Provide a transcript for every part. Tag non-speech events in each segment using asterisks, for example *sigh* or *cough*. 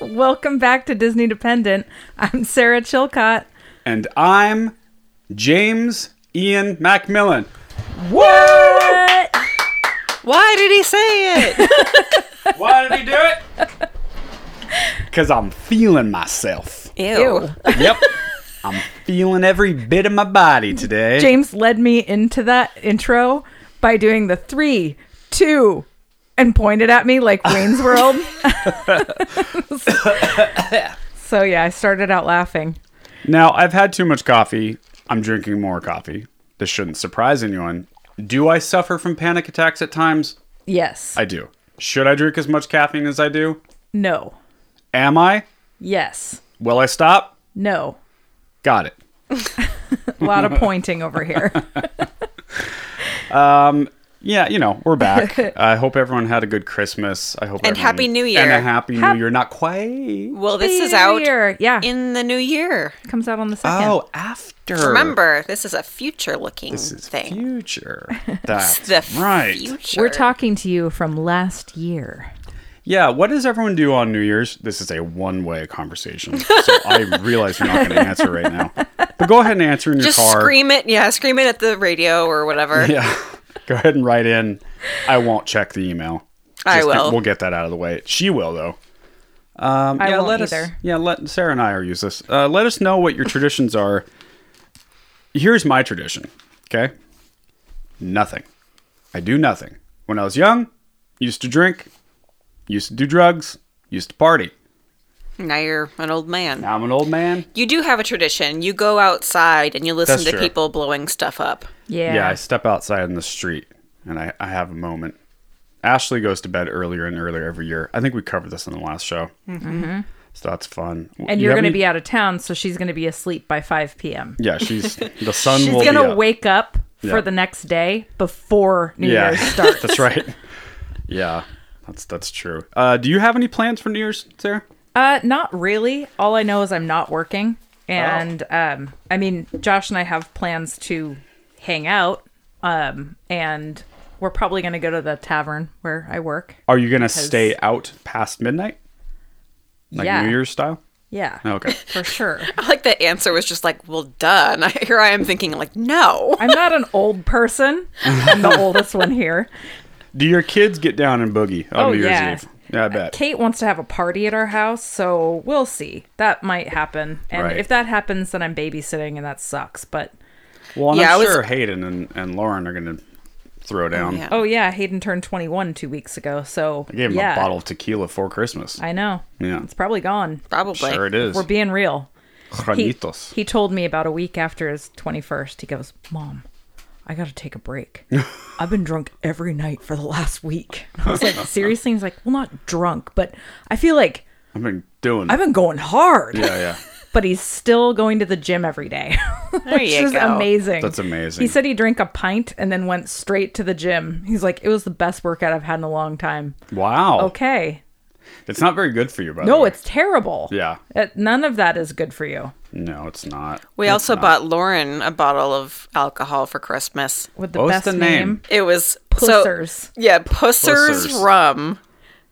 Welcome back to Disney Dependent. I'm Sarah Chilcott. And I'm James Ian Macmillan. What? Why did he say it? Why did he do it? *laughs* Because I'm feeling myself. Ew. Yep. I'm feeling every bit of my body today. James led me into that intro by doing the three, two, and pointed at me like *laughs* Wayne's World. so yeah, I started out laughing. Now, I've had too much coffee. I'm drinking more coffee. This shouldn't surprise anyone. Do I suffer from panic attacks at times? Yes. I do. Should I drink as much caffeine as I do? no. Am I? Yes. Will I stop? No. Got it. A lot *laughs* of pointing over here. Yeah, you know, we're *laughs* back. I hope everyone had a good Christmas. I hope And everyone- Happy New Year. And a happy Hap- New Year. Not quite. Well, this is New out Year. Yeah. in the new year. Comes out on the second. Oh, after. Remember, this is a future looking This is thing. *laughs* future. That's the right. future. We're talking to you from last year. Yeah, what does everyone do on New Year's? This is a one-way conversation. *laughs* So I realize you're not going to answer right now. But go ahead and answer in your Just car. scream it. Yeah, scream it at the radio or whatever. *laughs* Yeah. Go ahead and write in. I won't check the email. I Just will. We'll get that out of the way. She will though. I Um, yeah, won't let either. us. Yeah, let Sarah and I are useless. Uh, let us know what your traditions are. Here's my tradition. Okay, nothing. I do nothing. When I was young, used to drink, used to do drugs, used to party. Now you're an old man. Now I'm an old man. You do have a tradition. You go outside and you listen That's to true. people blowing stuff up. Yeah. I step outside in the street and I, I have a moment. Ashley goes to bed earlier and earlier every year. I think we covered this in the last show. Mm-hmm. So that's fun. and you're going to be out of town, so she's going to be asleep by 5 p.m. Yeah, she's the *laughs* sun She's will be going to up. wake up Yeah. for the next day before New yeah, *laughs* Year's starts. *laughs* that's right. Yeah, that's that's true. Uh, do you have any plans for New Year's, Sarah? Uh, not really. All I know is I'm not working, Oh. and um, I mean, Josh and I have plans to hang out, um, and we're probably going to go to the tavern where I work. Are you gonna stay out past midnight, like yeah, New Year's style? yeah, Okay. for sure. I like the answer was just like, well, duh. And I, *laughs* here I am thinking, like, no. I'm not an old person. I'm *laughs* the oldest one here. do your kids get down and boogie on Oh, New Year's yeah. Eve? Yeah, I bet. Kate wants to have a party at our house, so we'll see. That might happen, and Right. if that happens, then I'm babysitting, and that sucks. But Well, and Yeah, I I'm was- sure Hayden and, and Lauren are gonna throw down. yeah. oh yeah, Hayden turned 21 two weeks ago, so I gave him yeah, a bottle of tequila for Christmas. I know. Yeah. it's probably gone. Probably. sure it is. We're being real. He, Granitos. he told me about a week after his 21st. He goes, Mom, I got to take a *laughs* break. I've been drunk every night for the last week. *laughs* And I was like, Seriously? He's like, Well, not drunk, but I feel like I've been doing. I've been going hard. yeah, yeah. *laughs* But he's still going to the gym every day, *laughs* which you is go. amazing. That's amazing. He said he drank a pint and then went straight to the gym. He's like, It was the best workout I've had in a long time. Wow. Okay. It's not very good for you, by the No, way. it's terrible. Yeah. Uh, None of that is good for you. No, it's not. We It's also not. bought Lauren a bottle of alcohol for Christmas. With the What was best the name? It was Pussers. So, yeah, Pusser's Pussers. rum.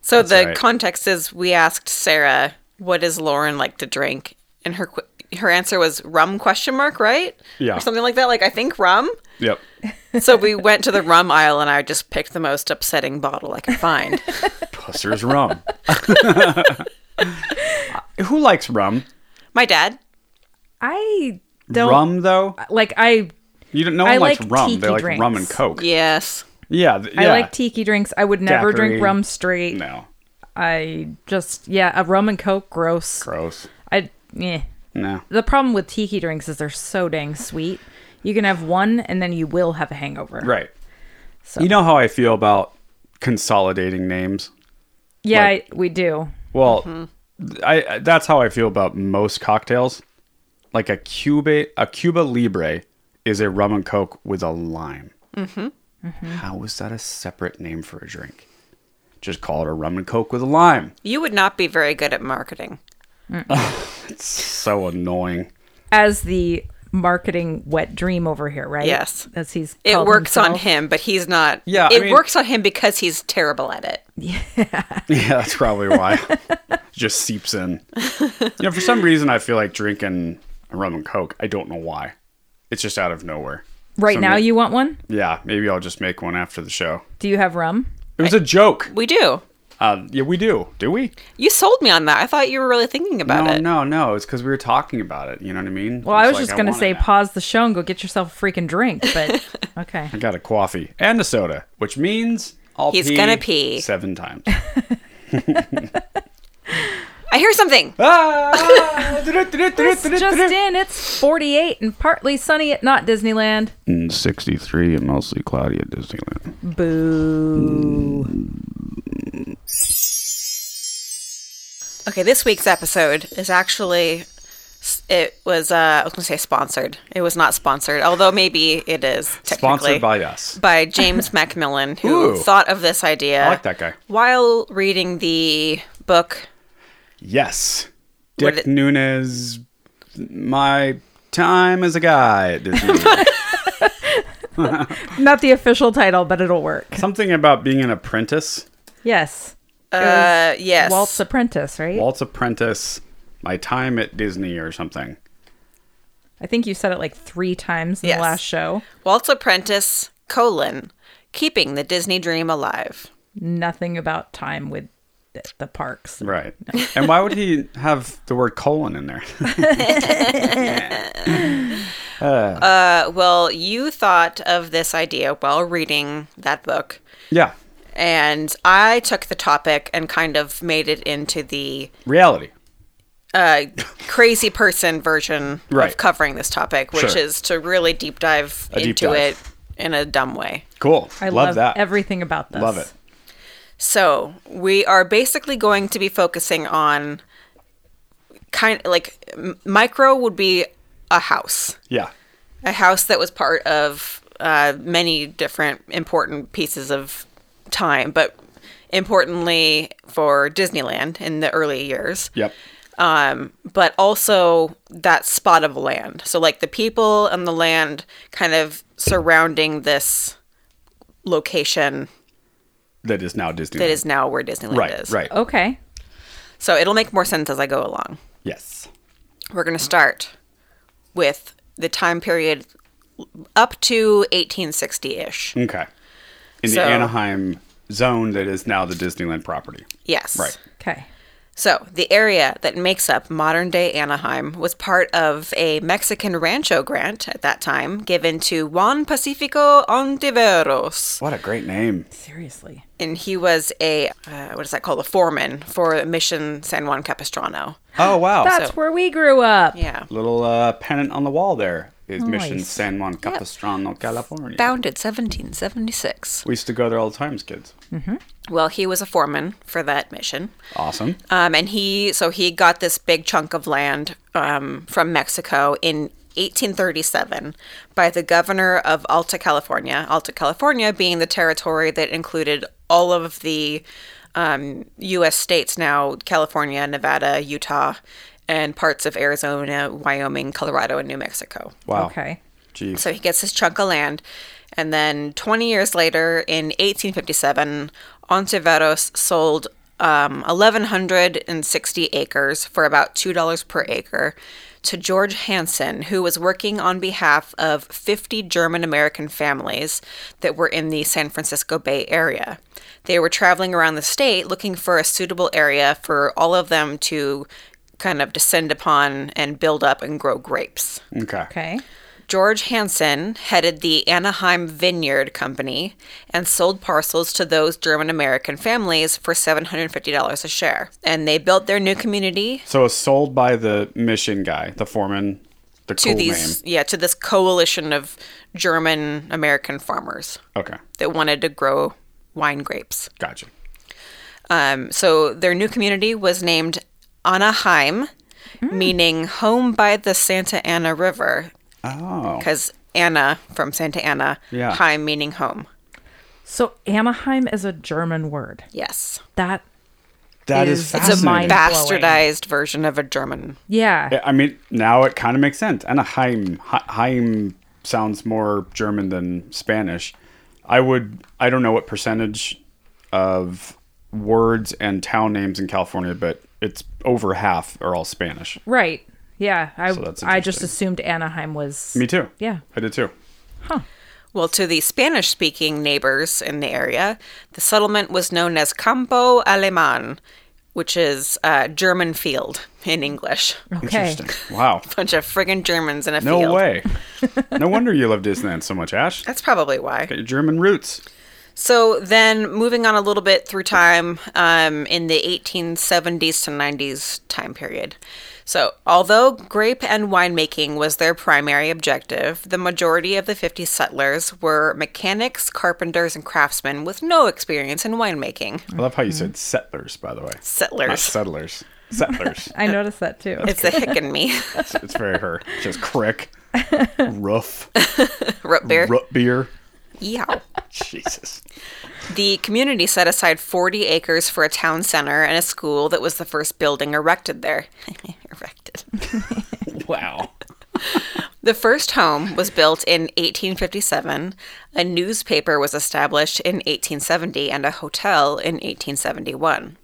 So the right. context is we asked Sarah, "What does Lauren like to drink?" and her qu- her answer was rum question mark, right? Yeah. Or something like that, like I think rum. Yep. so we *laughs* went to the rum aisle and I just picked the most upsetting bottle I *laughs* could find. Pusser's rum. *laughs* Who likes rum? My dad? I don't rum though. like I You don't. No I one likes like rum. tiki They like rum and drinks. coke. Yeah. Yes. th- I yeah. like tiki drinks. I would never Daiquiri. drink rum straight. No. I just yeah, a rum and coke gross. Gross. I yeah. No. The problem with tiki drinks is they're so dang sweet. You can have one and then you will have a hangover. Right. You know how I feel about consolidating names. Yeah, Like- I, we do. Well, Mm-hmm. th- I I- that's how I feel about most cocktails. Like a Cuba, a Cuba Libre is a rum and coke with a lime. Mm-hmm. How is that a separate name for a drink? Just call it a rum and coke with a lime. You would not be very good at marketing. So *laughs* annoying. As the marketing wet dream over here, right? Yes. As he's It called works on himself. him, but he's not. Yeah, I It mean- works on him because he's terrible at it. Yeah, that's probably why. *laughs* just seeps in. you know, for some reason, I feel like drinking rum and coke. I don't know why. It's just out of nowhere. Right So now, may- you want one? Yeah, maybe I'll just make one after the show. Do you have rum? It was a joke. We do. Uh, yeah, we do. Do we? You sold me on that. I thought you were really thinking about no, it. no, no. It's because we were talking about it. You know what I mean? Well, I was just gonna want it say now. pause the show and go get yourself a freaking drink, but okay. I got a coffee and a soda, which means I'll He's pee gonna pee. seven *laughs* times. I hear something. Ah! This *laughs* just in, it's 48 and partly sunny at not Disneyland. And 63 and mostly cloudy at Disneyland. Boo. Okay, this week's episode is actually it was uh I was going to say sponsored. It was not sponsored, although maybe it is technically. Sponsored by us. by James Macmillan who Ooh. thought of this idea. I like that guy. While reading the book Yes. What Dick it- Nunes, my time as a guy at *laughs* Disneyland. Not the official title, but it'll work. Something about being an apprentice. Yes. uh yes. Walt's apprentice, right? Walt's apprentice. My time at Disney or something. I think you said it like three times in Yes. the last show. Walt's apprentice colon keeping the Disney dream alive. Nothing about time with th- the parks. *laughs* Right. And why would he have the word colon in there? *laughs* Uh, well, you thought of this idea while reading that book. yeah. And I took the topic and kind of made it into the Reality. uh, crazy person version Right. of covering this topic, which Sure. is to really deep dive A into deep dive. it in a dumb way. Cool. I love, love that. everything about this. Love it. So we are basically going to be focusing on kind like m- micro would be a house, Yeah. a house that was part of uh, many different important pieces of time, but importantly for Disneyland in the early years. Yep. um, but also that spot of land. So, like the people and the land kind of surrounding this location That is now Disneyland. that is now where Disneyland right. is. Oh. Right. Okay. So, it'll make more sense as I go along. Yes. We're going to start with the time period up to 1860 ish. Okay. In So- the Anaheim zone that is now the Disneyland property. Yes. Right. Okay. So, the area that makes up modern day Anaheim was part of a Mexican rancho grant at that time given to Juan Pacifico Ontiveros. What a great name. Seriously. And he was a, uh, what is that called, a foreman for Mission San Juan Capistrano. Oh wow. That's So- where we grew up. Yeah. Little uh, pennant on the wall there is Mission Nice. San Juan Capistrano, California. Founded 1776. we used to go there all the time as kids. Well, he was a foreman for that mission. Awesome. Um, and he, so he got this big chunk of land um, from Mexico in 1837 by the governor of Alta California. Alta California being the territory that included all of the um, U.S. states now California, Nevada, Utah, and parts of Arizona, Wyoming, Colorado, and New Mexico. Wow. Okay. Jeez. So he gets his chunk of land. And then 20 years later, in 1857, Ontiveros sold um, 1,160 acres for about $2 per acre to George Hansen, who was working on behalf of 50 German American families that were in the San Francisco Bay Area. They were traveling around the state looking for a suitable area for all of them to kind of descend upon and build up and grow grapes. Okay. Okay. George Hansen headed the Anaheim Vineyard Company and sold parcels to those German American families for $750 a share. And they built their new community So it's sold by the mission guy, the foreman, the to cool these name. yeah, to this coalition of German American farmers Okay. that wanted to grow wine grapes. Gotcha. Um, so their new community was named Anaheim, Hmm. meaning home by the Santa Ana River, Oh. because Anna from Santa Ana, Yeah. Heim meaning home. So Anaheim is a German word. Yes. That That is, is- it's a fascinating. mind- blowing. bastardized version of a German. yeah. Yeah, I mean, now it kind of makes sense. Anaheim, Hi- Heim sounds more German than Spanish. I would, I don't know what percentage of words and town names in California, but it's over half are all Spanish. Right. Yeah. I So that's I just interesting. assumed Anaheim was Me too. Yeah. I did too. Well, to the Spanish speaking neighbors in the area, the settlement was known as Campo Alemán, which is uh, German field in English. okay. *laughs* Interesting. Wow. Bunch of friggin' Germans in a Oh. No field. way. No wonder you love Disneyland so much, Ash. Got That's probably why. your German roots. So then, moving on a little bit through time um, in the 1870s to 90s time period. So, although grape and winemaking was their primary objective, the majority of the 50 settlers were mechanics, carpenters, and craftsmen with no experience in winemaking. I love how Mm-hmm. you said settlers, by the way. Not Settlers. settlers. *laughs* Settlers. I noticed that too. It's the hick in me. *laughs* it's, it's very her. *laughs* Just crick. Roof. Root beer. Root beer. Yeah. Jesus. The community set aside 40 acres for a town center and a school that was the first building erected there. *laughs* erected. *laughs* Wow. The first home was built in 1857, a newspaper was established in 1870, and a hotel in 1871.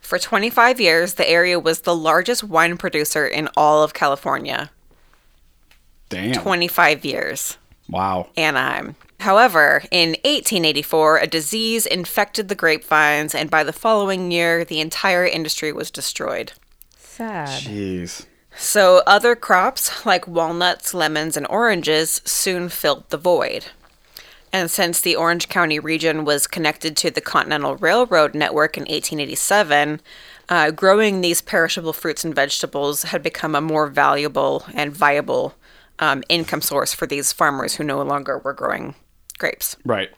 For 25 years, the area was the largest wine producer in all of California. Damn. 25 years. Wow. Anaheim. However, in 1884, a disease infected the grapevines, and by the following year, the entire industry was destroyed. Sad. Jeez. So, other crops like walnuts, lemons, and oranges soon filled the void. And since the Orange County region was connected to the Continental Railroad network in 1887, uh, growing these perishable fruits and vegetables had become a more valuable and viable um, income source for these farmers who no longer were growing grapes. Right.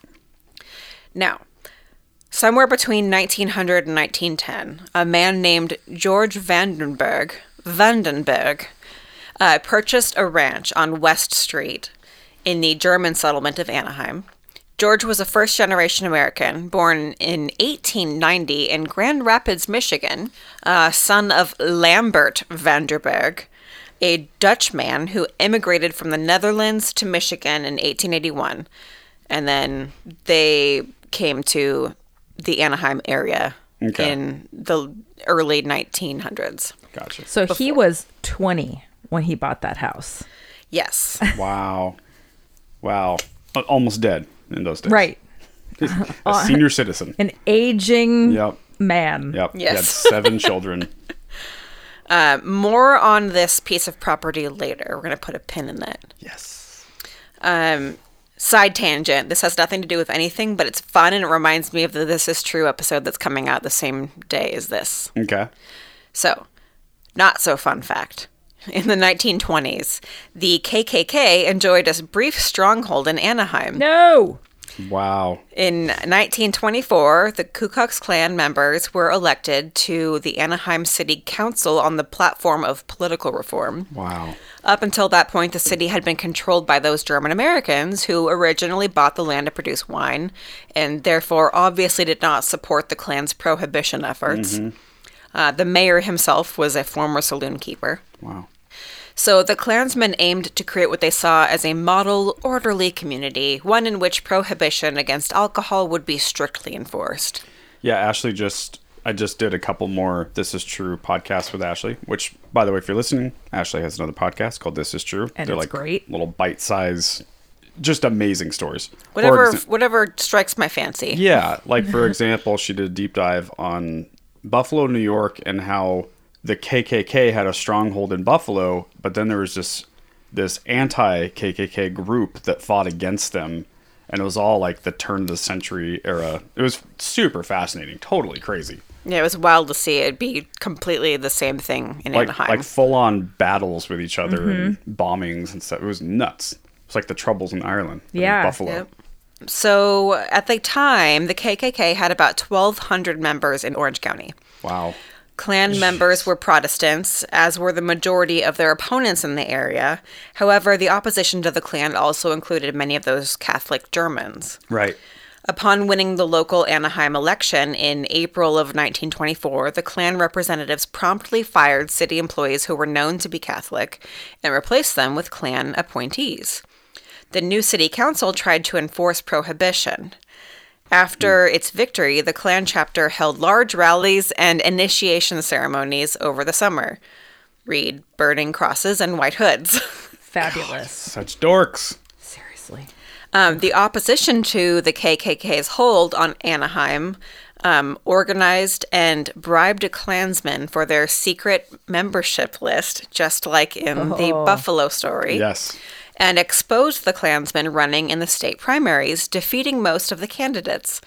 Now, somewhere between 1900 and 1910, a man named George Vandenberg, Vandenberg uh, purchased a ranch on West Street in the German settlement of Anaheim. George was a first generation American born in 1890 in Grand Rapids, Michigan, uh, son of Lambert Vandenberg, a Dutchman who immigrated from the Netherlands to Michigan in 1881 and then they came to the Anaheim area Okay. in the early 1900s. Gotcha. So he was 20 when he bought that house. Yes. Wow. Wow. Al- Almost dead in those days. Right. Uh, A senior citizen. An aging Yep. man. Yep. He *laughs* had Yes. seven children. Uh, more on this piece of property later. We're going to put a pin in that. Yes. Um, side tangent. This has nothing to do with anything, but it's fun and it reminds me of the This Is True episode that's coming out the same day as this. Okay. So, not so fun fact. In the 1920s, the KKK enjoyed a brief stronghold in Anaheim. No. Wow. In 1924, the Ku Klux Klan members were elected to the Anaheim City Council on the platform of political reform. Wow. Up until that point, the city had been controlled by those German Americans who originally bought the land to produce wine and therefore obviously did not support the Klan's prohibition efforts. Uh, the mayor himself was a former saloon keeper. Wow. So the Klansmen aimed to create what they saw as a model, orderly community, one in which prohibition against alcohol would be strictly enforced. Yeah, Ashley just I just did a couple more This Is True podcasts with Ashley, which by the way, if you're listening, Ashley has another podcast called This Is True. And They're it's like great. little bite size just amazing stories. For Whatever, exa- whatever strikes my fancy. yeah, like for example, she did a deep dive on Buffalo, New York, and how the KKK had a stronghold in Buffalo, but then there was this this anti-KKK group that fought against them, and it was all like the turn of the century era. It was super fascinating, totally crazy, Yeah, it was wild to see. It'd be completely the same thing in like Anaheim. like full-on battles with each other and bombings and stuff. It was nuts. It's like the troubles in Ireland, but in Yeah. Buffalo. Yep. So at the time, the KKK had about 1,200 members in Orange County. Wow, Klan members were Protestants, as were the majority of their opponents in the area. However, the opposition to the Klan also included many of those Catholic Germans. right? Upon winning the local Anaheim election in April of 1924, the Klan representatives promptly fired city employees who were known to be Catholic and replaced them with Klan appointees. The new city council tried to enforce prohibition. After its victory, the Klan chapter held large rallies and initiation ceremonies over the summer. Read burning crosses and white hoods. *laughs* Fabulous. Such dorks. Seriously. Um, the opposition to the KKK's hold on Anaheim um, organized and bribed a Klansman for their secret membership list, just like in the Buffalo story, Yes. and exposed the Klansmen running in the state primaries, defeating most of the candidates.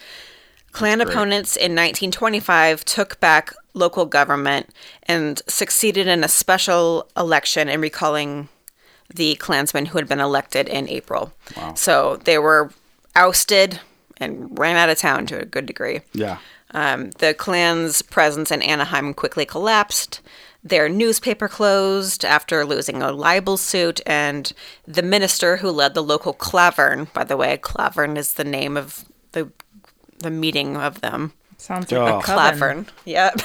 Klan opponents in 1925 took back local government and succeeded in a special election in recalling the Klansmen who had been elected in April. So they were ousted and ran out of town to a good degree. Yeah. Um, the Klan's presence in Anaheim quickly collapsed. Their newspaper closed after losing a libel suit, and the minister who led the local clavern, by the way, clavern is the name of the the meeting of them. Sounds Oh. like a coven. Clavern, *laughs* yep.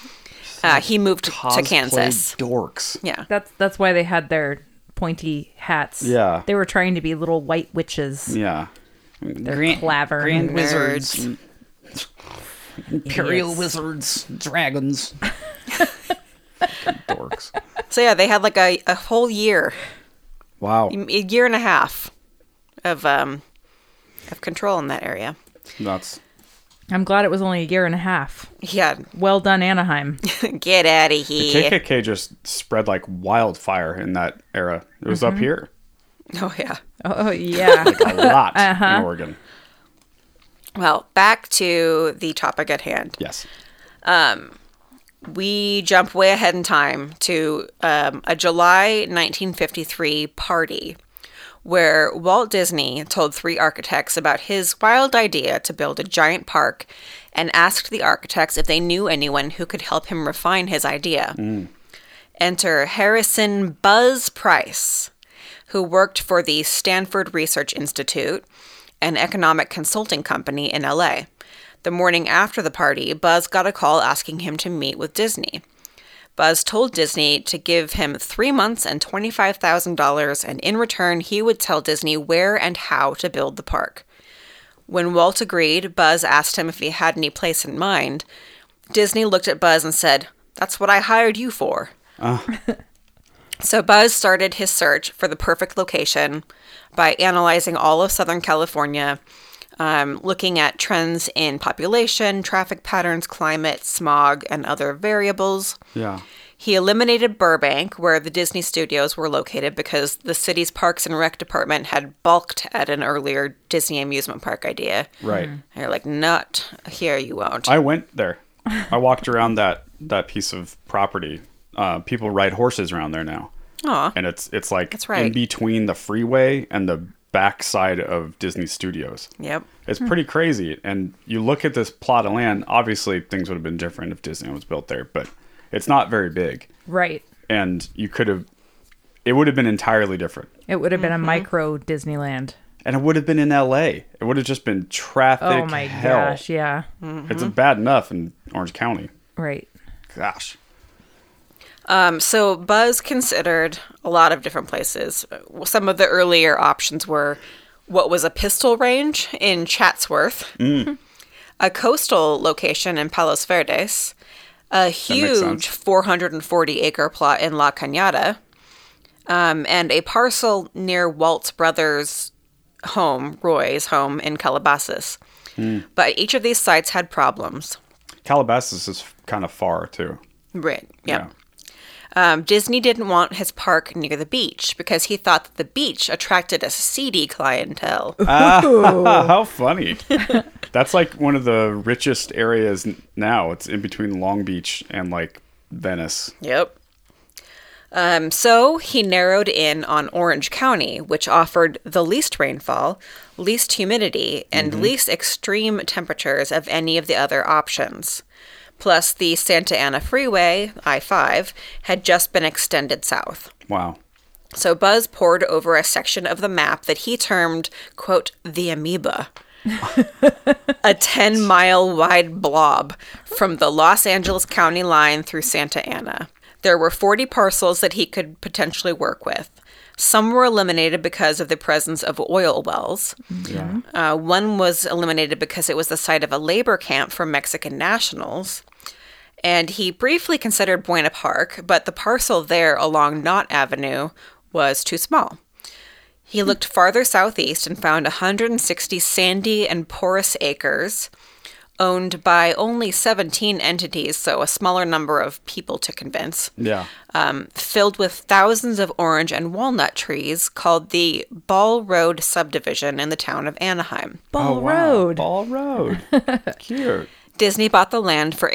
*laughs* uh, he moved to Cosplay Kansas. Dorks. Yeah, That's that's why they had their pointy hats. Yeah. They were trying to be little white witches. Yeah. Mm, They're clavern. wizards, imperial wizards, *laughs* dragons. dorks. So yeah, they had like a, a whole year, Wow. a year and a half of um of control in that area. That's I'm glad it was only a year and a half. Yeah, *laughs* Well done, Anaheim. get out of here. KKK just spread like wildfire in that era. It was up here Oh yeah. *laughs* Oh yeah. a lot in Oregon. Well, back to the topic at hand. Yes. We jump way ahead in time to um, a July 1953 party where Walt Disney told three architects about his wild idea to build a giant park and asked the architects if they knew anyone who could help him refine his idea. Enter Harrison Buzz Price, who worked for the Stanford Research Institute, an economic consulting company in LA. The morning after the party, Buzz got a call asking him to meet with Disney. Buzz told Disney to give him three months and $25,000, and in return, he would tell Disney where and how to build the park. When Walt agreed, Buzz asked him if he had any place in mind. Disney looked at Buzz and said, That's what I hired you for. So Buzz started his search for the perfect location by analyzing all of Southern California, um, looking at trends in population, traffic patterns, climate, smog, and other variables. Yeah. He eliminated Burbank, where the Disney studios were located, because the city's Parks and Rec department had balked at an earlier Disney amusement park idea. Right. They're like, not here, you won't. I went there. I walked around that that piece of property. Uh, people ride horses around there now, Aw. and it's it's like That's right. in between the freeway and the backside of Disney Studios. Yep. It's Hmm. pretty crazy. And you look at this plot of land. Obviously, things would have been different if Disney was built there, but it's not very big, *laughs* right. and you could have. It would have been entirely different, It would have been a micro Disneyland. and it would have been in L.A. It would have just been traffic. Oh my hell. gosh, Mm-hmm. yeah. It's bad enough in Orange County. Right. Oh, Gosh. Um, so Buzz considered a lot of different places. Well, Some of the earlier options were what was a pistol range in Chatsworth, a coastal location in Palos Verdes, a sense. huge 440 acre plot in La Cañada, um, and a parcel near Walt's brother's home, Roy's home in Calabasas. But each of these sites had problems. Calabasas is kind of far too. Right. Yeah. Um, Disney didn't want his park near the beach because he thought that the beach attracted a seedy clientele. Ah, Oh. *laughs* How funny. That's like one of the richest areas n- now. It's in between Long Beach and like Venice. *laughs* Yep. Um, so he narrowed in on Orange County, which offered the least rainfall, least humidity, and least extreme temperatures of any of the other options. Plus, the Santa Ana Freeway, I 5, had just been extended south. Wow. So Buzz pored over a section of the map that he termed, quote, the amoeba. a 10 mile wide blob from the Los Angeles County line through Santa Ana. There were 40 parcels that he could potentially work with. Some were eliminated because of the presence of oil wells. Yeah. Uh, one was eliminated because it was the site of a labor camp for Mexican nationals. And he briefly considered Buena Park, but the parcel there along Knott Avenue was too small. He looked farther southeast and found 160 sandy and porous acres owned by only 17 entities, so a smaller number of people to convince Yeah. um, filled with thousands of orange and walnut trees called the Ball Road subdivision in the town of Anaheim. Ball Oh, wow. Road. Ball *laughs* Road. Cute. Disney bought the land for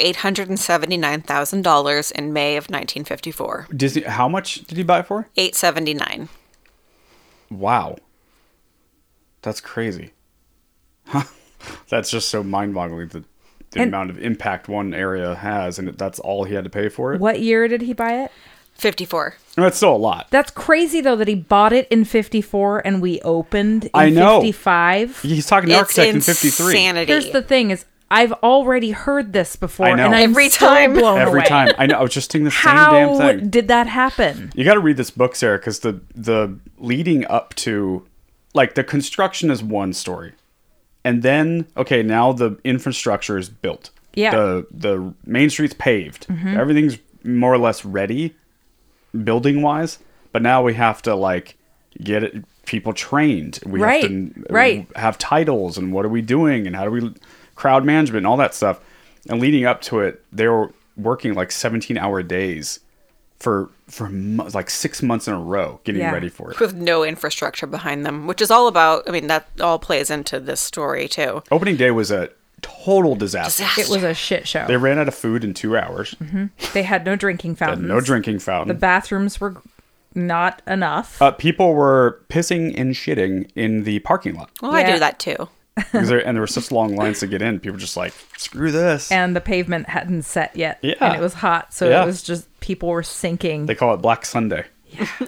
$879,000 in May of 1954. Disney. How much did he buy it for? 879. Wow. That's crazy. that's just so mind boggling the, the And- amount of impact one area has, and that's all he had to pay for it. What year did he buy it? 54. That's still a lot. That's crazy though that he bought it in 54 and we opened in I know. 55. He's talking to It's architect in 53. insanity. Here's the thing is I've already heard this before I know. and I'm Every still time. blown Every away. time. I know. I was just thinking the same How damn thing. did that happen? You got to read this book, Sarah, because the the leading up to, like the construction is one story, and then okay, now the infrastructure is built. Yeah. Mm-hmm. The the main street's paved. Everything's more or less ready, building wise. But now we have to like get it, people trained. We Right, have to right. have titles and what are we doing and how do we crowd management and all that stuff. And leading up to it, they were working like 17 hour days for for mo- like six months in a row getting Yeah. ready for it. With no infrastructure behind them, which is all about, I mean, that all plays into this story too. Opening day was a total disaster. It was a shit show. They ran out of food in two hours. They had no drinking fountains. No drinking Mm-hmm. The fountain. bathrooms were not enough. uh, people were pissing and shitting in the parking *laughs* lot Well, I Yeah. do that too. 'Cause there, and there were such long lines to get in. People were just like screw this. and the pavement hadn't set yet. Yeah. And it was hot, so Yeah. it was just people were sinking. they call it Black Sunday. *laughs*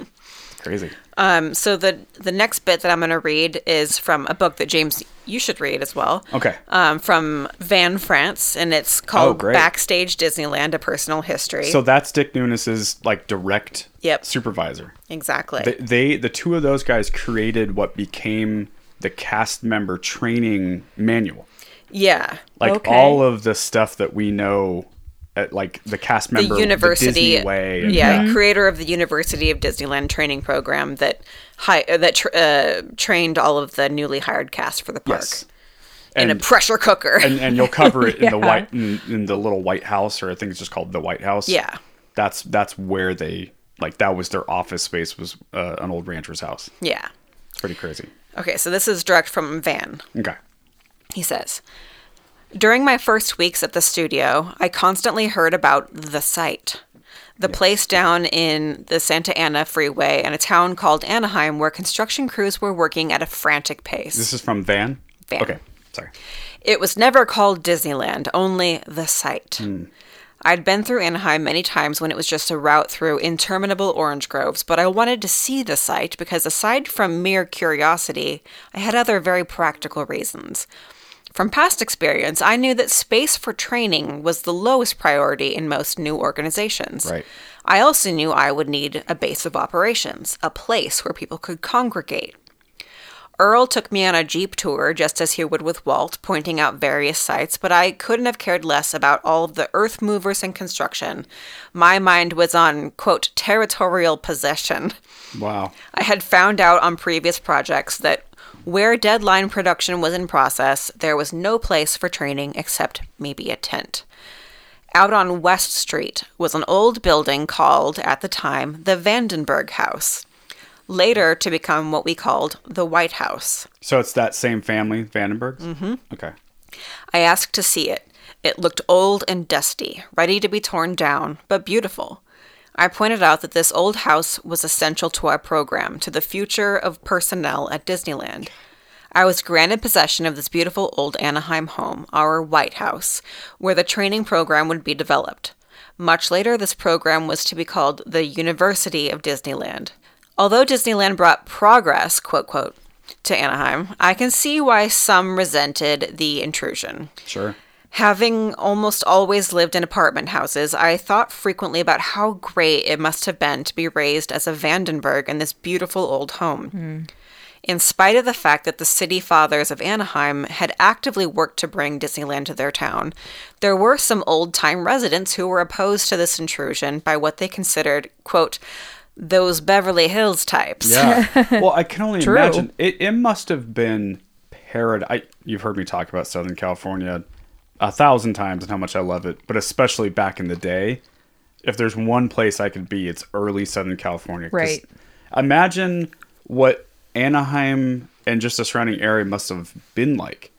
Crazy. Um, so the the next bit that I'm going to read is from a book that James you should read as well. *laughs* Okay. Oh, Um, from Van France, and it's called great. Backstage Disneyland: A Personal History. So that's Dick Nunes's like direct Yep. supervisor. exactly. They, they the two of those guys created what became the cast member training manual. yeah. Like Okay. all of the stuff that we know at like the cast The member university, Disney way. and- yeah, creator of the University of Disneyland training program that hi- uh, that tr uh, trained all of the newly hired cast for the park Yes. in a And- pressure cooker. and and you'll cover it in *laughs* the Yeah. white in, in the little White House or I think it's just called the White House. Yeah. that's that's where they like that was their office space was uh, an old rancher's house. *laughs* yeah. It's pretty crazy. Okay, so this is direct from Van. Okay, He says, During my first weeks at the studio, I constantly heard about the site. The place down in the Santa Ana Freeway in a town called Anaheim where construction crews were working at a frantic pace. this is from Van. Van. Okay, sorry. It was never called Disneyland, only the site. I'd been through Anaheim many times when it was just a route through interminable orange groves, but I wanted to see the site because aside from mere curiosity, I had other very practical reasons. From past experience, I knew that space for training was the lowest priority in most new organizations. Right. I also knew I would need a base of operations, a place where people could congregate. Earl took me on a Jeep tour, just as he would with Walt, pointing out various sites, but I couldn't have cared less about all of the earth movers and construction. My mind was on, quote, territorial possession. Wow. I had found out on previous projects that where deadline production was in process, there was no place for training except maybe a tent. Out on West Street was an old building called, at the time, the Vandenberg House, later to become what we called the White House. So it's that same family, Vandenbergs. Mm-hmm. Okay. I asked to see it. It looked old and dusty, ready to be torn down, but beautiful. I pointed out that this old house was essential to our program, to the future of personnel at Disneyland. I was granted possession of this beautiful old Anaheim home, our White House, where the training program would be developed. Much later, this program was to be called the University of Disneyland. Although Disneyland brought progress, quote, quote, to Anaheim, I can see why some resented the intrusion. Sure. Having almost always lived in apartment houses, I thought frequently about how great it must have been to be raised as a Vandenberg in this beautiful old home. In spite of the fact that the city fathers of Anaheim had actively worked to bring Disneyland to their town, there were some old time residents who were opposed to this intrusion by what they considered, quote, those Beverly Hills types. *laughs* Yeah. well, I can only True. imagine it. It must have been paradise. You've heard me talk about Southern California a thousand times and how much I love it, but especially back in the day. If there's one place I could be, it's early Southern California. 'Cause Right. Imagine what Anaheim and just the surrounding area must have been like,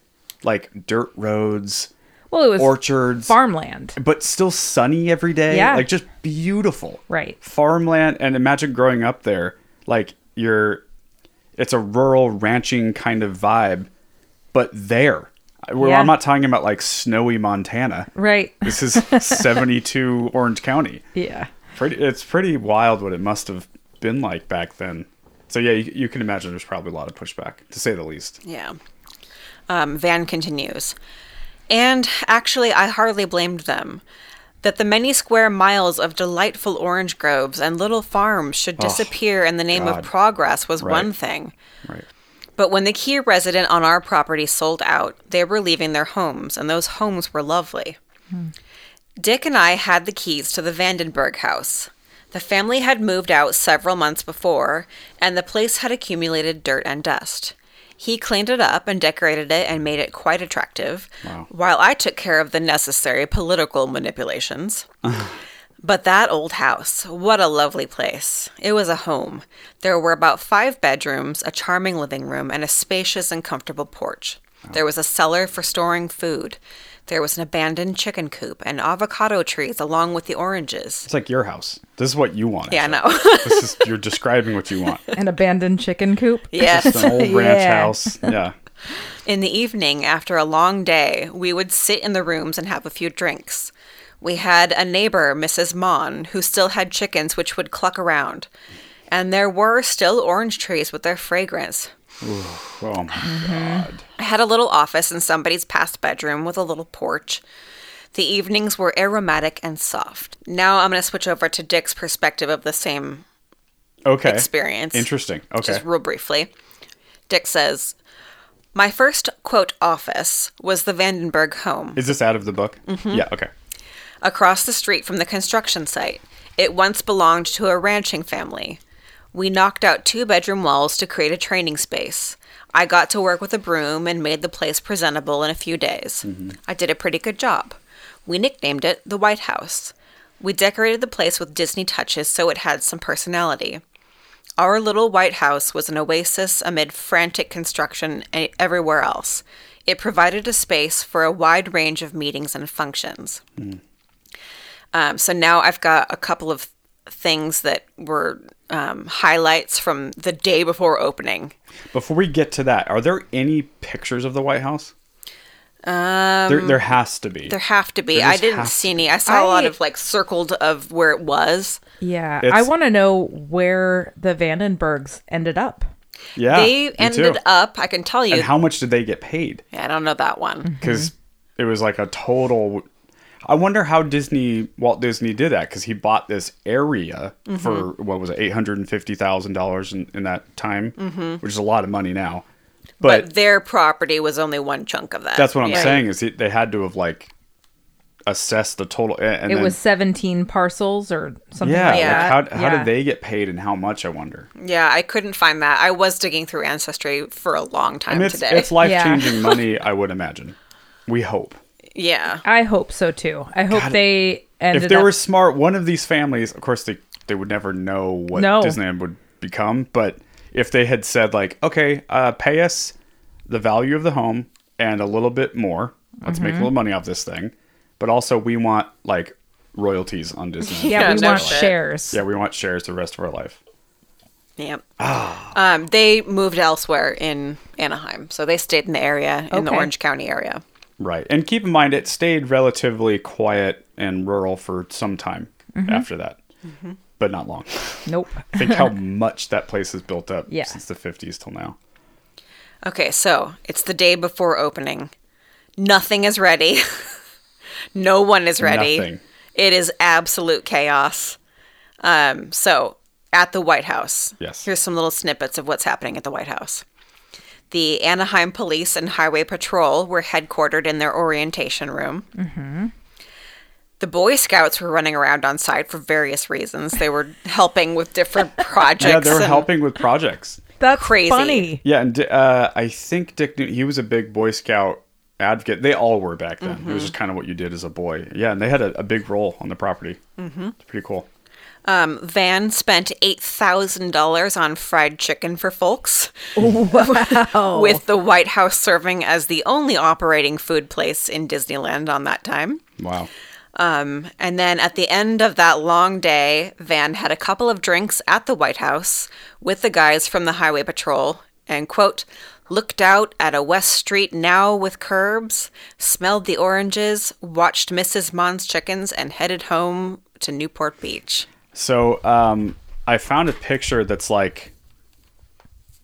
like dirt roads, Well, it was orchards, farmland. but still sunny every day. Yeah. Like just beautiful. Right. Farmland and imagine growing up there. Like you're it's a rural ranching kind of vibe, but there. Where Yeah. I'm not talking about like snowy Montana. Right. This is 72 Orange County. Yeah. Pretty it's pretty wild what it must have been like back then. So yeah, you, you can imagine there's probably a lot of pushback to say the least. Yeah. Um, Van continues. And actually, I hardly blamed them. That the many square miles of delightful orange groves and little farms should disappear in the name Oh, God. of progress was Right. one thing. Right. But when the key resident on our property sold out, they were leaving their homes, and those homes were lovely. Dick and I had the keys to the Vandenberg house. The family had moved out several months before, and the place had accumulated dirt and dust. He cleaned it up and decorated it and made it quite attractive, while I took care of the necessary political manipulations. But that old house, what a lovely place. It was a home. There were about five bedrooms, a charming living room, and a spacious and comfortable porch. There was a cellar for storing food. There was an abandoned chicken coop and avocado trees along with the oranges. It's like your house. This is what you want. Yeah, I actually. know. this is you're describing what you want. An abandoned chicken coop. yes. It's an *laughs* old ranch Yeah. house. Yeah. In the evening, after a long day, we would sit in the rooms and have a few drinks. We had a neighbor, Mrs. Mon, who still had chickens which would cluck around. And there were still orange trees with their fragrance. Oh Mm-hmm. my god. I had a little office in somebody's past bedroom with a little porch. The evenings were aromatic and soft. Now I'm going to switch over to Dick's perspective of the same Okay. experience. Interesting. Eh, Okay. Just real briefly. Dick says, My first, quote, office was the Vandenberg home Is this out of the book? Mm-hmm. Yeah. Okay. across the street from the construction site. It once belonged to a ranching family. We knocked out two bedroom walls to create a training space. I got to work with a broom and made the place presentable in a few days. I did a pretty good job. We nicknamed it the White House. We decorated the place with Disney touches so it had some personality. Our little White House was an oasis amid frantic construction e- everywhere else. It provided a space for a wide range of meetings and functions. Um, so now I've got a couple of things that were um, highlights from the day before opening. Before we get to that, are there any pictures of the White House? Um, there, there has to be. Uh, There have to be. There I just didn't has see any. I saw a lot I- of like circled of where it was. Yeah. I It's- want to know where the Vandenbergs ended up. yeah, they Ah, me ended too. up. Mm-hmm. I can tell you. And how much did they get paid? Yeah, I don't know that one. Because it was like a total. I wonder how Disney Walt Disney did that because he bought this area Mm-hmm. for what was it eight hundred and fifty thousand dollars in in that time, which is a lot of money now. But, Mm-hmm. But their property was only one chunk of that. that's what I'm Yeah. saying is he, they had to have like assessed the total. And, and It then, was 17 parcels or something Yeah, like like that. how, how yeah. did they get paid and how much? I wonder. Yeah, I couldn't find that. I was digging through Ancestry for a long time And it's today. it's life *laughs* changing money. I would imagine. We hope *laughs* yeah. I hope so too. I hope they ended if they up were smart, one of these families. Of course, they they would never know what No. Disneyland would become. But if they had said like, okay, uh, pay us the value of the home and a little bit more. Let's Mm-hmm. make a little money off this thing, but also we want like royalties on *laughs* Disney. Yeah, Yeah, we no want shit. shares. yeah, we want shares the rest of our life. Yep. Ah. Um, they moved elsewhere in Anaheim, so they stayed in the area in the Okay. Orange County area. Right. And keep in mind, it stayed relatively quiet and rural for some time after that, but not long. Nope. Think how much that place has built up Yeah. since the 50s till now. Okay, so it's the day before opening. Nothing is ready. *laughs* No one is ready. Nothing. It is absolute chaos. Um, so, at the White House, Yes. here's some little snippets of what's happening at the White House. The Anaheim Police and Highway Patrol were headquartered in their orientation room. The Boy Scouts were running around on site for various reasons. They were helping *laughs* with different projects. Yeah, they were and- helping with projects. That's Crazy. funny. Yeah, and uh, I think Dick Newton, he was a big Boy Scout advocate. They all were back then. It was just kind of what you did as a boy. Yeah, and they had a, a big role on the property. Mm-hmm. It's pretty cool. Um, Van spent eight thousand dollars on fried chicken for folks, *laughs* with the White House serving as the only operating food place in Disneyland on that time. Wow. Um, and then at the end of that long day, Van had a couple of drinks at the White House with the guys from the Highway Patrol and, quote, looked out at a West Street now with curbs, smelled the oranges, watched Mrs. Mon's chickens, and headed home to Newport Beach. So um, I found a picture that's like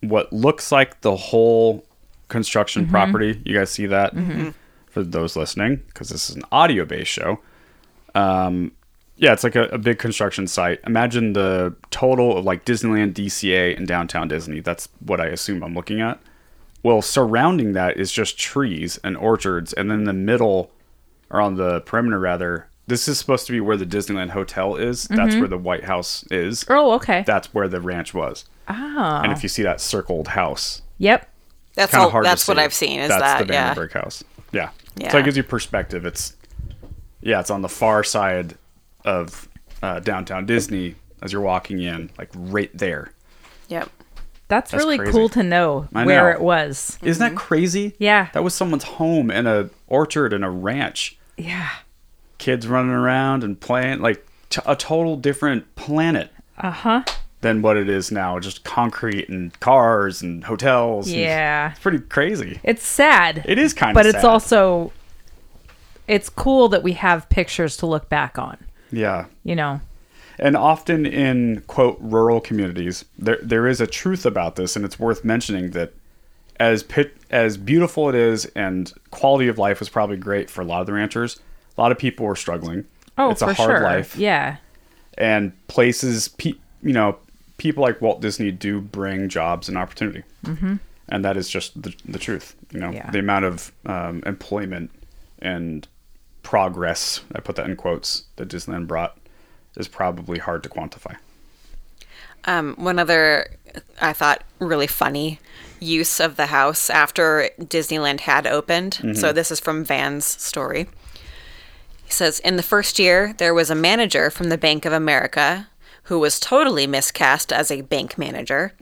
what looks like the whole construction property. You guys see that? For those listening, because this is an audio based show. Um, yeah, it's like a, a big construction site. Imagine the total of like Disneyland, DCA, and downtown Disney. That's what I assume I'm looking at. Well, surrounding that is just trees and orchards, and then the middle, or on the perimeter rather, this is supposed to be where the Disneyland Hotel is. That's where the White House is. Oh, okay. That's where the ranch was. Ah. Uh-huh. And if you see that circled house, Yep. That's kind all. of hard. to That's what see. I've seen. Is that's that the yeah? Vandenberg house? Yeah. So Yeah. it gives you perspective. It's yeah, it's on the far side of uh, downtown Disney as you're walking in, like right there. Yep. That's, really crazy. cool to know I where know. it was. Mm-hmm. not that crazy? Yeah. That was someone's home and a orchard and a ranch. Yeah. Kids running around and playing like t- a total different planet. Uh Uh-huh. huh. Than what it is now, just concrete and cars and hotels. and- Yeah. it's pretty crazy. It's sad. It is kind of, But it's sad. also, it's cool that we have pictures to look back on. yeah. You know. And often in quote rural communities, there there is a truth about this, and it's worth mentioning that as pit, as beautiful it is, and quality of life was probably great for a lot of the ranchers. A lot of people were struggling. Oh, it's for a hard sure. life, Yeah. and places, pe- you know, people like Walt Disney do bring jobs and opportunity, mm-hmm. and that is just the, the truth. You know, Yeah. the amount of um, employment and progress I put that in quotes that Disneyland brought is probably hard to quantify. Um, one other I thought really funny use of the house after Disneyland had opened. Mm-hmm. So this is from Van's story. He says in the first year there was a manager from the Bank of America who was totally miscast as a *laughs* bank manager.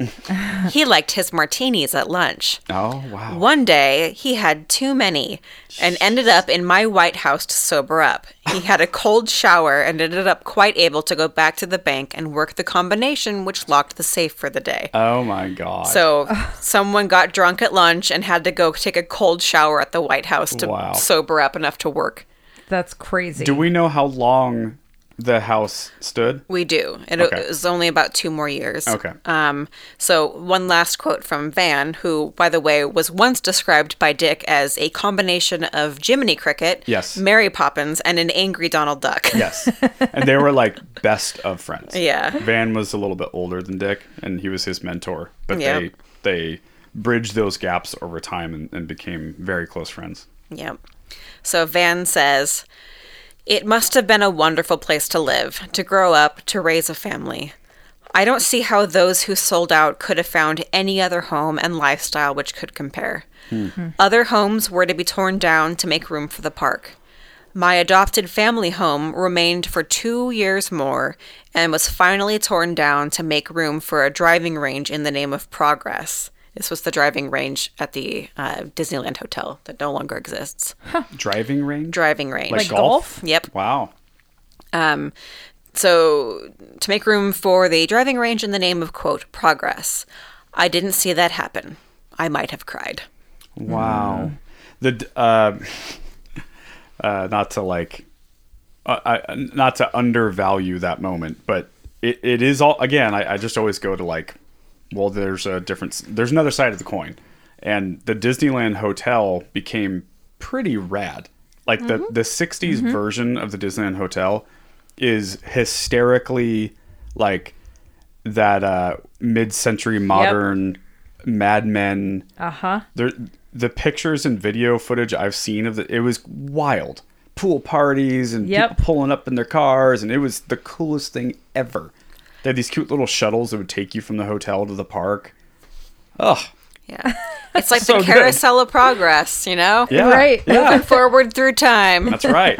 he liked his martinis at lunch. Oh wow! One day, he had too many and ended up in my White House to sober up. He had a cold shower and ended up quite able to go back to the bank and work the combination, which locked the safe for the day. Oh my god! So, someone got drunk at lunch and had to go take a cold shower at the White House to Wow. sober up enough to work. That's crazy. do we know how long the house stood? We do. It, Okay. it was only about two more years. Okay. Um, so, one last quote from Van, who, by the way, was once described by Dick as a combination of Jiminy Cricket, Yes. Mary Poppins, and an angry Donald Duck. Yes, and they were like best of friends. Yeah. Van was a little bit older than Dick, and he was his mentor. But Yep. they they bridged those gaps over time and, and became very close friends. *laughs* Yep. So Van says, It must have been a wonderful place to live, to grow up, to raise a family. I don't see how those who sold out could have found any other home and lifestyle which could compare. Hmm. Other homes were to be torn down to make room for the park. My adopted family home remained for two years more and was finally torn down to make room for a driving range in the name of progress. This was the driving range at the uh, Disneyland Hotel that no longer exists. Driving range, Driving range. Like golf? Yep. Wow. Um, so, to make room for the driving range in the name of, quote, progress, I didn't see that happen. I might have cried. Wow. The d- uh, uh, not to like, uh, I, not to undervalue that moment, but it, it is all again. I, I just always go to like, well, there's a difference. There's another side of the coin, and the Disneyland Hotel became pretty rad. Like the the 60s version of the Disneyland Hotel is hysterically like that uh mid-century modern Mad Men. Uh-huh. There the pictures and video footage I've seen of the it was wild. Pool parties and Yep. people pulling up in their cars and it was the coolest thing ever. They had these cute little shuttles that would take you from the hotel to the park. Ugh. *laughs* Yeah. It's like So the good. carousel of progress, you know? Yeah. Right. *laughs* Yeah. Forward through time. That's right.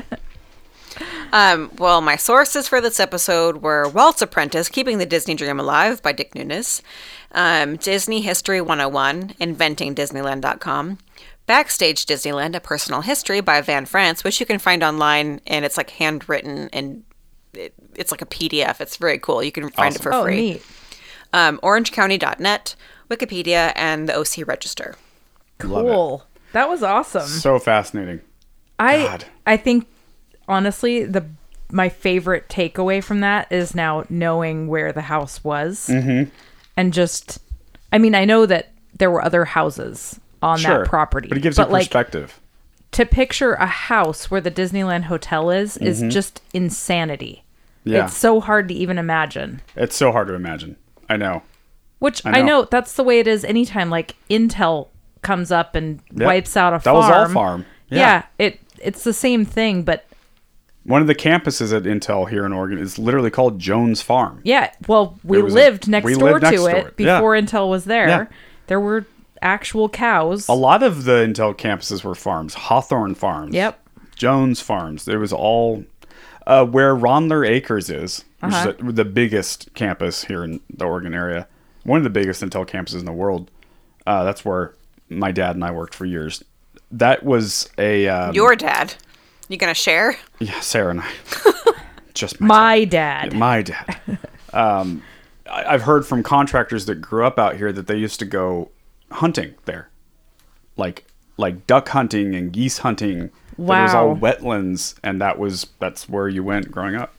Um, well, my sources for this episode were Walt's Apprentice, Keeping the Disney Dream Alive by Dick Nunes, um, Disney History 101, InventingDisneyland.com, Backstage Disneyland, A Personal History by Van France, which you can find online, and it's like handwritten and it, it's like a PDF. It's very cool. You can find it for Oh, free. neat. Um, OrangeCounty.net, Wikipedia, and the OC Register. Love it. Cool. That was awesome. So fascinating. I God. I think honestly the my favorite takeaway from that is now knowing where the house was Mm-hmm. and just I mean I know that there were other houses on Sure. that property But it gives you like perspective. to picture a house where the Disneyland hotel is is just insanity. Mm-hmm. Yeah. It's so hard to even imagine. It's so hard to imagine. I know. Which I I know. know. that's the way it is anytime like Intel comes up and Yep. wipes out a That farm. was all farm. Yeah. Yeah. it it's the same thing, but One of the campuses at Intel here in Oregon is literally called Jones Farm. yeah, well, we It was a- lived next we door lived next to door. it Yeah. before Intel was there. Yeah. There were actual cows. A lot of the Intel campuses were farms. Hawthorne Farms. Yep. Jones Farms. It was all uh, where Ronler Acres is, which Uh-huh. is the, the biggest campus here in the Oregon area. One of the biggest Intel campuses in the world. Uh, that's where my dad and I worked for years. That was a um, Your dad. You gonna share? yeah, Sarah and I. *laughs* Just my My dad. My *laughs* dad. um, I, I've heard from contractors that grew up out here that they used to go hunting there, like like duck hunting and geese hunting. It was all Wow. wetlands, and that was that's where you went growing up.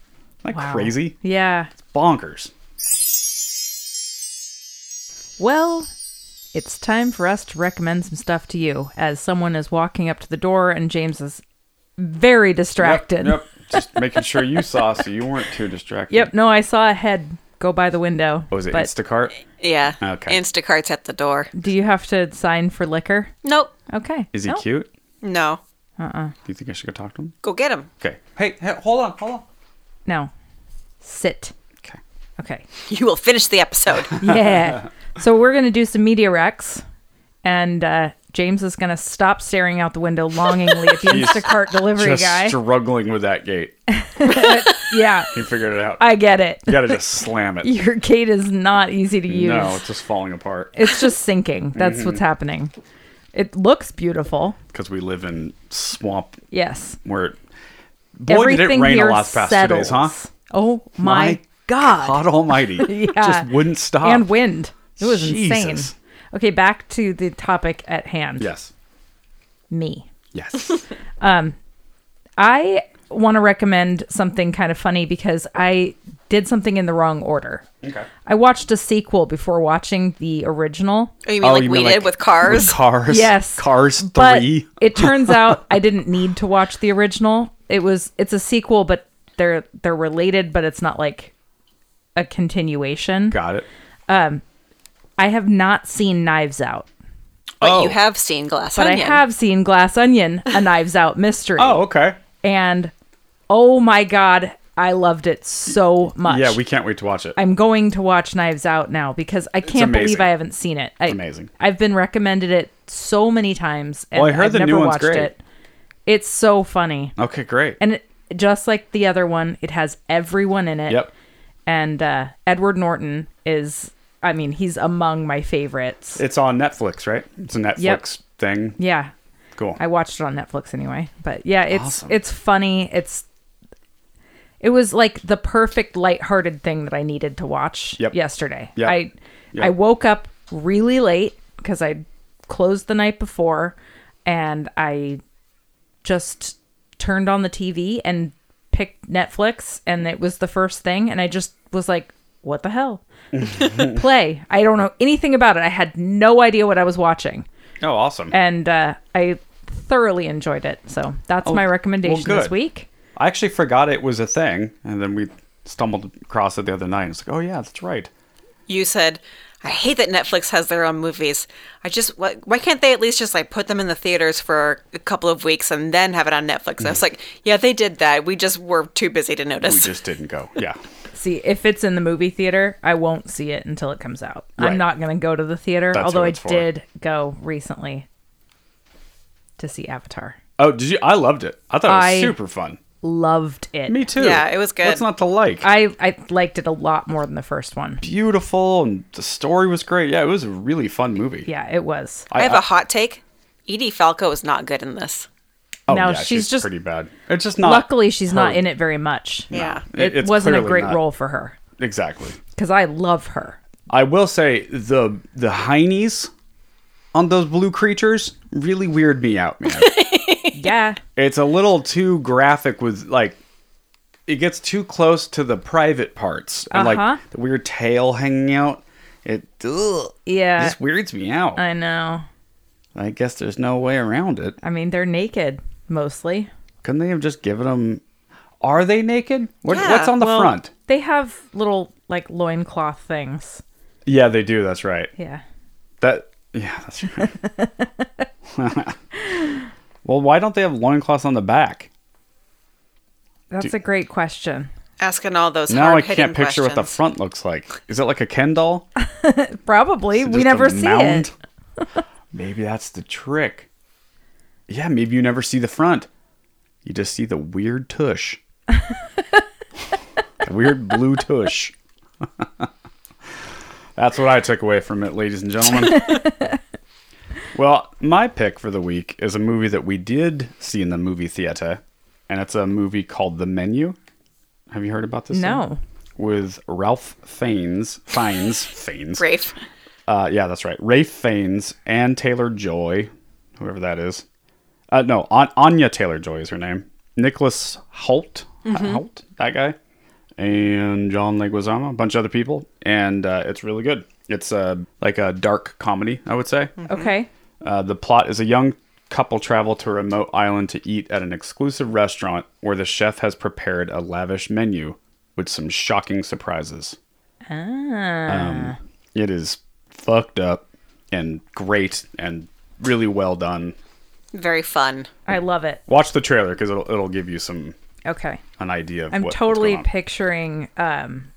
Like Wow. crazy, Yeah. bonkers. Well, it's time for us to recommend some stuff to you as someone is walking up to the door and James is very distracted. Yep, yep. Just making sure you saw, so you weren't too distracted. Yep, no, I saw a head go by the window. What was Oh, it but Instacart? Yeah. Okay. Instacart's at the door. do you have to sign for liquor? Nope. Okay. Is he No. cute? No. Do you think I should go talk to him? Go get him. Okay. Hey, hey, hold on, hold on. No. Sit. Okay. Okay. You will finish *laughs* the episode. *laughs* Yeah. so we're gonna do some media recs, and uh, James is gonna stop staring out the window longingly at the *laughs* Instacart delivery Just guy. struggling with that gate. yeah, He figured it out. *laughs* I get it. you gotta just slam it. Your gate is not easy to use. No, Mm-hmm. it's just falling apart It's just sinking. That's what's happening. It looks beautiful. because we live in swamp Yes. where. it- Boy, did it rain a here lot past two settles. days, huh? Oh my, My god. God *laughs* Almighty, just wouldn't stop. And wind. It was Jesus. insane. Okay, back to the topic at hand. yes, Me. yes. I want to recommend something kind of funny because I did something in the wrong order. Okay. I watched a sequel before watching the original. Oh, you mean like we did with cars? cars, Yes. Cars But three. it turns *laughs* out I didn't need to watch the original. It was it's a sequel, but they're they're related, but it's not like a continuation. Got it. I have not seen Knives Out, But Oh. you have seen Glass but Onion. I have seen Glass Onion, *laughs* a Knives Out mystery. Oh, okay. And oh my god, I loved it so much. Yeah, we can't wait to watch it. I'm going to watch Knives Out now because I can't amazing. believe I haven't seen it. I, amazing. I've been recommended it so many times, and Well, I heard have the never new one's watched great. it. It's so funny, okay, great. and it, just like the other one, it has everyone in it. yep. And uh, Edward Norton is, I mean, he's among my favorites. It's on Netflix, right? It's a Netflix thing. yeah, Cool. I watched it on Netflix anyway. But yeah, it's Awesome. it's funny. It's it was like the perfect lighthearted thing that I needed to watch Yep. yesterday. Yep. I Yep. I woke up really late because I closed the night before and I just turned on the TV and picked Netflix and it was the first thing and I just was like what the *laughs* hell? Play. I don't know anything about it. I had no idea what I was watching oh, awesome. and uh, I thoroughly enjoyed it. So that's my recommendation Oh, well, this good. week. I actually forgot it was a thing, and then we stumbled across it the other night. And it's like, oh yeah, that's right. You said, I hate that Netflix has their own movies. I just, why, why can't they at least just like put them in the theaters for a couple of weeks and then have it on Netflix? I was like, yeah, they did that. We just were too busy to notice. Mm-hmm. We just didn't go. Yeah, *laughs* See, if it's in the movie theater, I won't see it until it comes out. Right. I'm not going to go to the theater, That's although who I it's for. did go recently to see Avatar. Oh, did you? I loved it. I thought it was I- super fun. Loved it. Me too. Yeah, it was good. What's not to like? I, I liked it a lot more than the first one. Beautiful, and the story was great. Yeah, it was a really fun movie. Yeah, it was. I have a a hot take. Edie Falco is not good in this. oh, now yeah, she's she's, just- pretty bad. It's just not Luckily, she's not her. in it very much. Yeah. It it's wasn't a clearly great not- role for her exactly. because I love her. I will say the the heinies on those blue creatures really weird me out, *laughs* man. Yeah. it's a little too graphic with like it gets too close to the private parts and Uh-huh. like the weird tail hanging out. It ugh, Yeah. this weirds me out. I know. I guess there's no way around it. I mean, they're naked mostly. Couldn't they have just given them? Are they naked? What, Yeah, what's on the Well, front? They have little like loincloth things. Yeah, they do. That's right. Yeah. That yeah, that's right. *laughs* well, why don't they have loincloths on the back? That's a great question. Asking all those Now I hard hitting can't picture questions. what the front looks like. Is it like a Ken doll? Probably. Is it We just a never see mound? it. *laughs* maybe that's the trick. Yeah, maybe you never see the front. You just see the weird *laughs* tush. the weird blue tush. *laughs* that's what I took away from it, ladies and *laughs* gentlemen. well, my pick for the week is a movie that we did see in the movie theater, and it's a movie called The Menu. Have you heard about this? No. one? With Ralph Fiennes, Fiennes, Fiennes. Rafe. Uh, yeah, that's right. Rafe Fiennes and Taylor Joy, whoever that is. Uh, no, An- Anya Taylor Joy is her name. Nicholas Holt, Holt, that guy, and John Leguizamo, a bunch of other people, and uh, it's really good. It's uh, like a dark comedy, I would say. Okay. Uh, the plot is a young couple travel to a remote island to eat at an exclusive restaurant where the chef has prepared a lavish menu with some shocking surprises. Ah. Um, it is fucked up and great and really well done. Very fun. I love it. Watch the trailer because it'll it'll give you some Okay. an idea of I'm what- what's totally going on. picturing um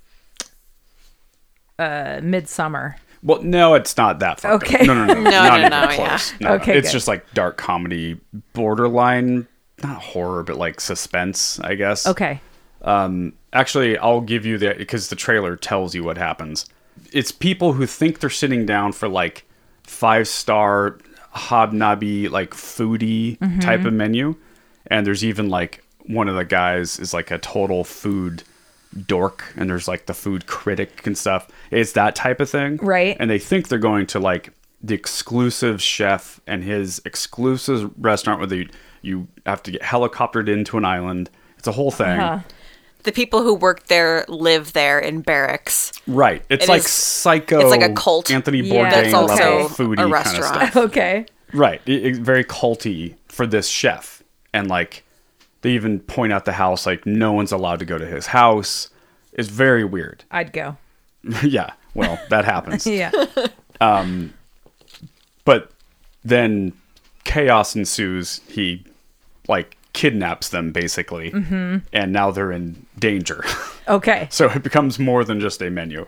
uh midsummer. Well, no, it's not that far. Okay. No, no, no. no, *laughs* no, not even no, close. yeah. No, no. Okay, It's good. just like dark comedy, borderline, not horror, but like suspense, I guess. Okay. Um, actually, I'll give you the because the trailer tells you what happens. It's people who think they're sitting down for like five star hobnobby like foodie type of menu, and there's even like one of the guys is like a total food dork, and there's like the food critic and stuff. It's that type of thing, Right. And they think they're going to like the exclusive chef and his exclusive restaurant where they, you have to get helicoptered into an island. It's a whole thing. Uh-huh. The people who work there live there in barracks. Right. It's It like is- psycho. it's like a cult. Anthony Bourdain Yeah. That's level also foodie a kind of restaurant. stuff. Okay. Right. It- it's very culty for this chef, and like they even point out the house. Like no one's allowed to go to his house. It's very weird. *laughs* I'd go. yeah. Well, that happens. *laughs* Yeah. But then chaos ensues. He like kidnaps them basically, and now they're in danger. *laughs* *laughs* Okay. so it becomes more than just a menu.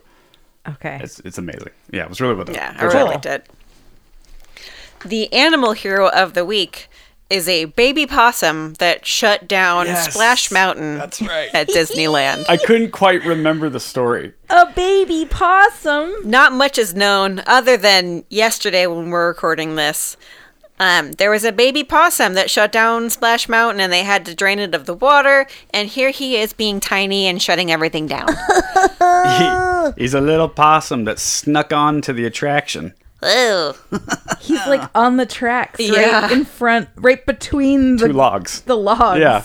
Okay. It's it's amazing. Yeah, it was really well done. Yeah, I Go really check it out. liked it. The animal hero of the week is a baby possum that shut down Yes, Splash Mountain that's right. *laughs* at Disneyland. I couldn't quite remember the story. A baby possum. Not much is known other than yesterday when we're recording this. Um, there was a baby possum that shut down Splash Mountain and they had to drain it of the water. And here he is being tiny and shutting *laughs* everything down. Uh. He, he's a little possum that snuck on to the attraction. Ew. He's like on the tracks, right Yeah. in front, right between the Two logs. the logs. Yeah.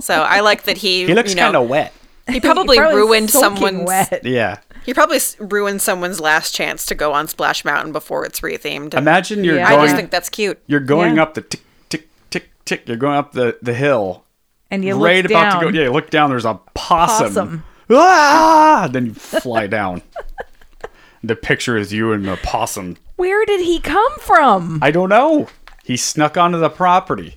So I like that he. He looks you know, kind of wet. He probably, Probably ruined soaking someone's. wet. Yeah. He probably s- ruined someone's last chance to go on Splash Mountain before it's rethemed. Imagine you're Yeah. I going. just think that's cute. you're going Yeah. up the tick tick tick. You're going up the, the hill. and you right look about down. to go. Yeah, you look down. There's a possum. Possum. Ah! Then you fly down. The picture is you and the possum. Where did he come from? I don't know. He snuck onto the property.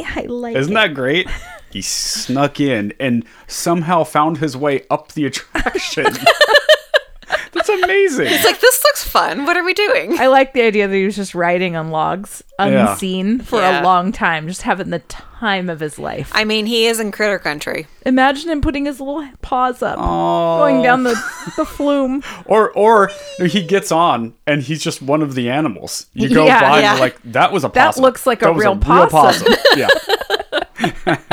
I like Isn't that great? *laughs* He snuck in and somehow found his way up the attraction. *laughs* That's amazing. It's like this looks fun. What are we doing? I like the idea that he was just riding on logs, Yeah. unseen for Yeah. a long time, just having the time of his life. I mean, he is in Critter Country. Imagine him putting his little paws up, Oh. going down the, the *laughs* flume. Or or he gets on and he's just one of the animals. You go Yeah, by and yeah. you're like, that was a That possum. looks like a was real possum." *laughs* yeah. what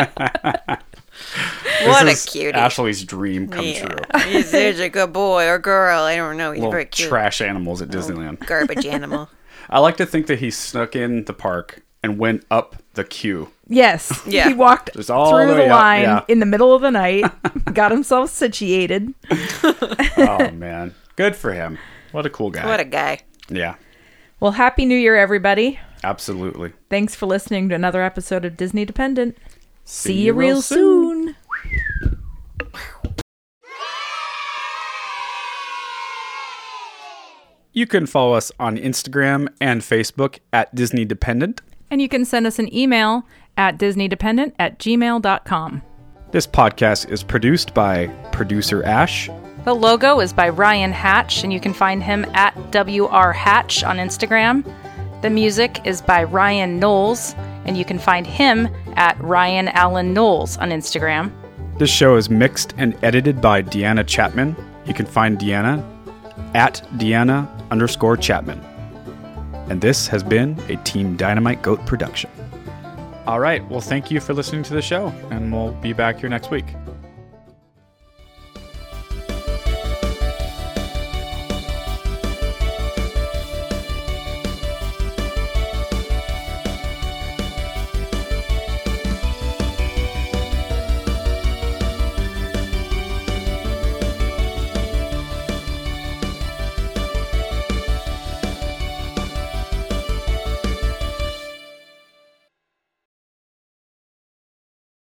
This a is cutie. Ashley's dream come true. Yeah. He's such a good boy or girl. I don't know. He's Little very cute. Oh, trash animals at Disneyland. *laughs* Garbage animal. I like to think that he snuck in the park and went up the queue. Yes. Yeah. He walked Just all through the the, way up, line yeah. in the middle of the night, *laughs* got himself situated. *laughs* Oh man. Good for him. What a cool guy. What a guy. yeah. Well, Happy New Year, everybody. Absolutely. Thanks for listening to another episode of Disney Dependent. See, you you real real soon. You can follow us on Instagram and Facebook at Disney Dependent. And you can send us an email at disneydependent at gmail.com. This podcast is produced by producer Ash. The logo is by Ryan Hatch, and you can find him at WR Hatch on Instagram. The music is by Ryan Knowles, and you can find him at Ryan Allen Knowles on Instagram. This show is mixed and edited by Deanna Chapman. You can find Deanna at Deanna underscore Chapman. And this has been a Team Dynamite Goat production. All right. Well, thank you for listening to the show, and we'll be back here next week.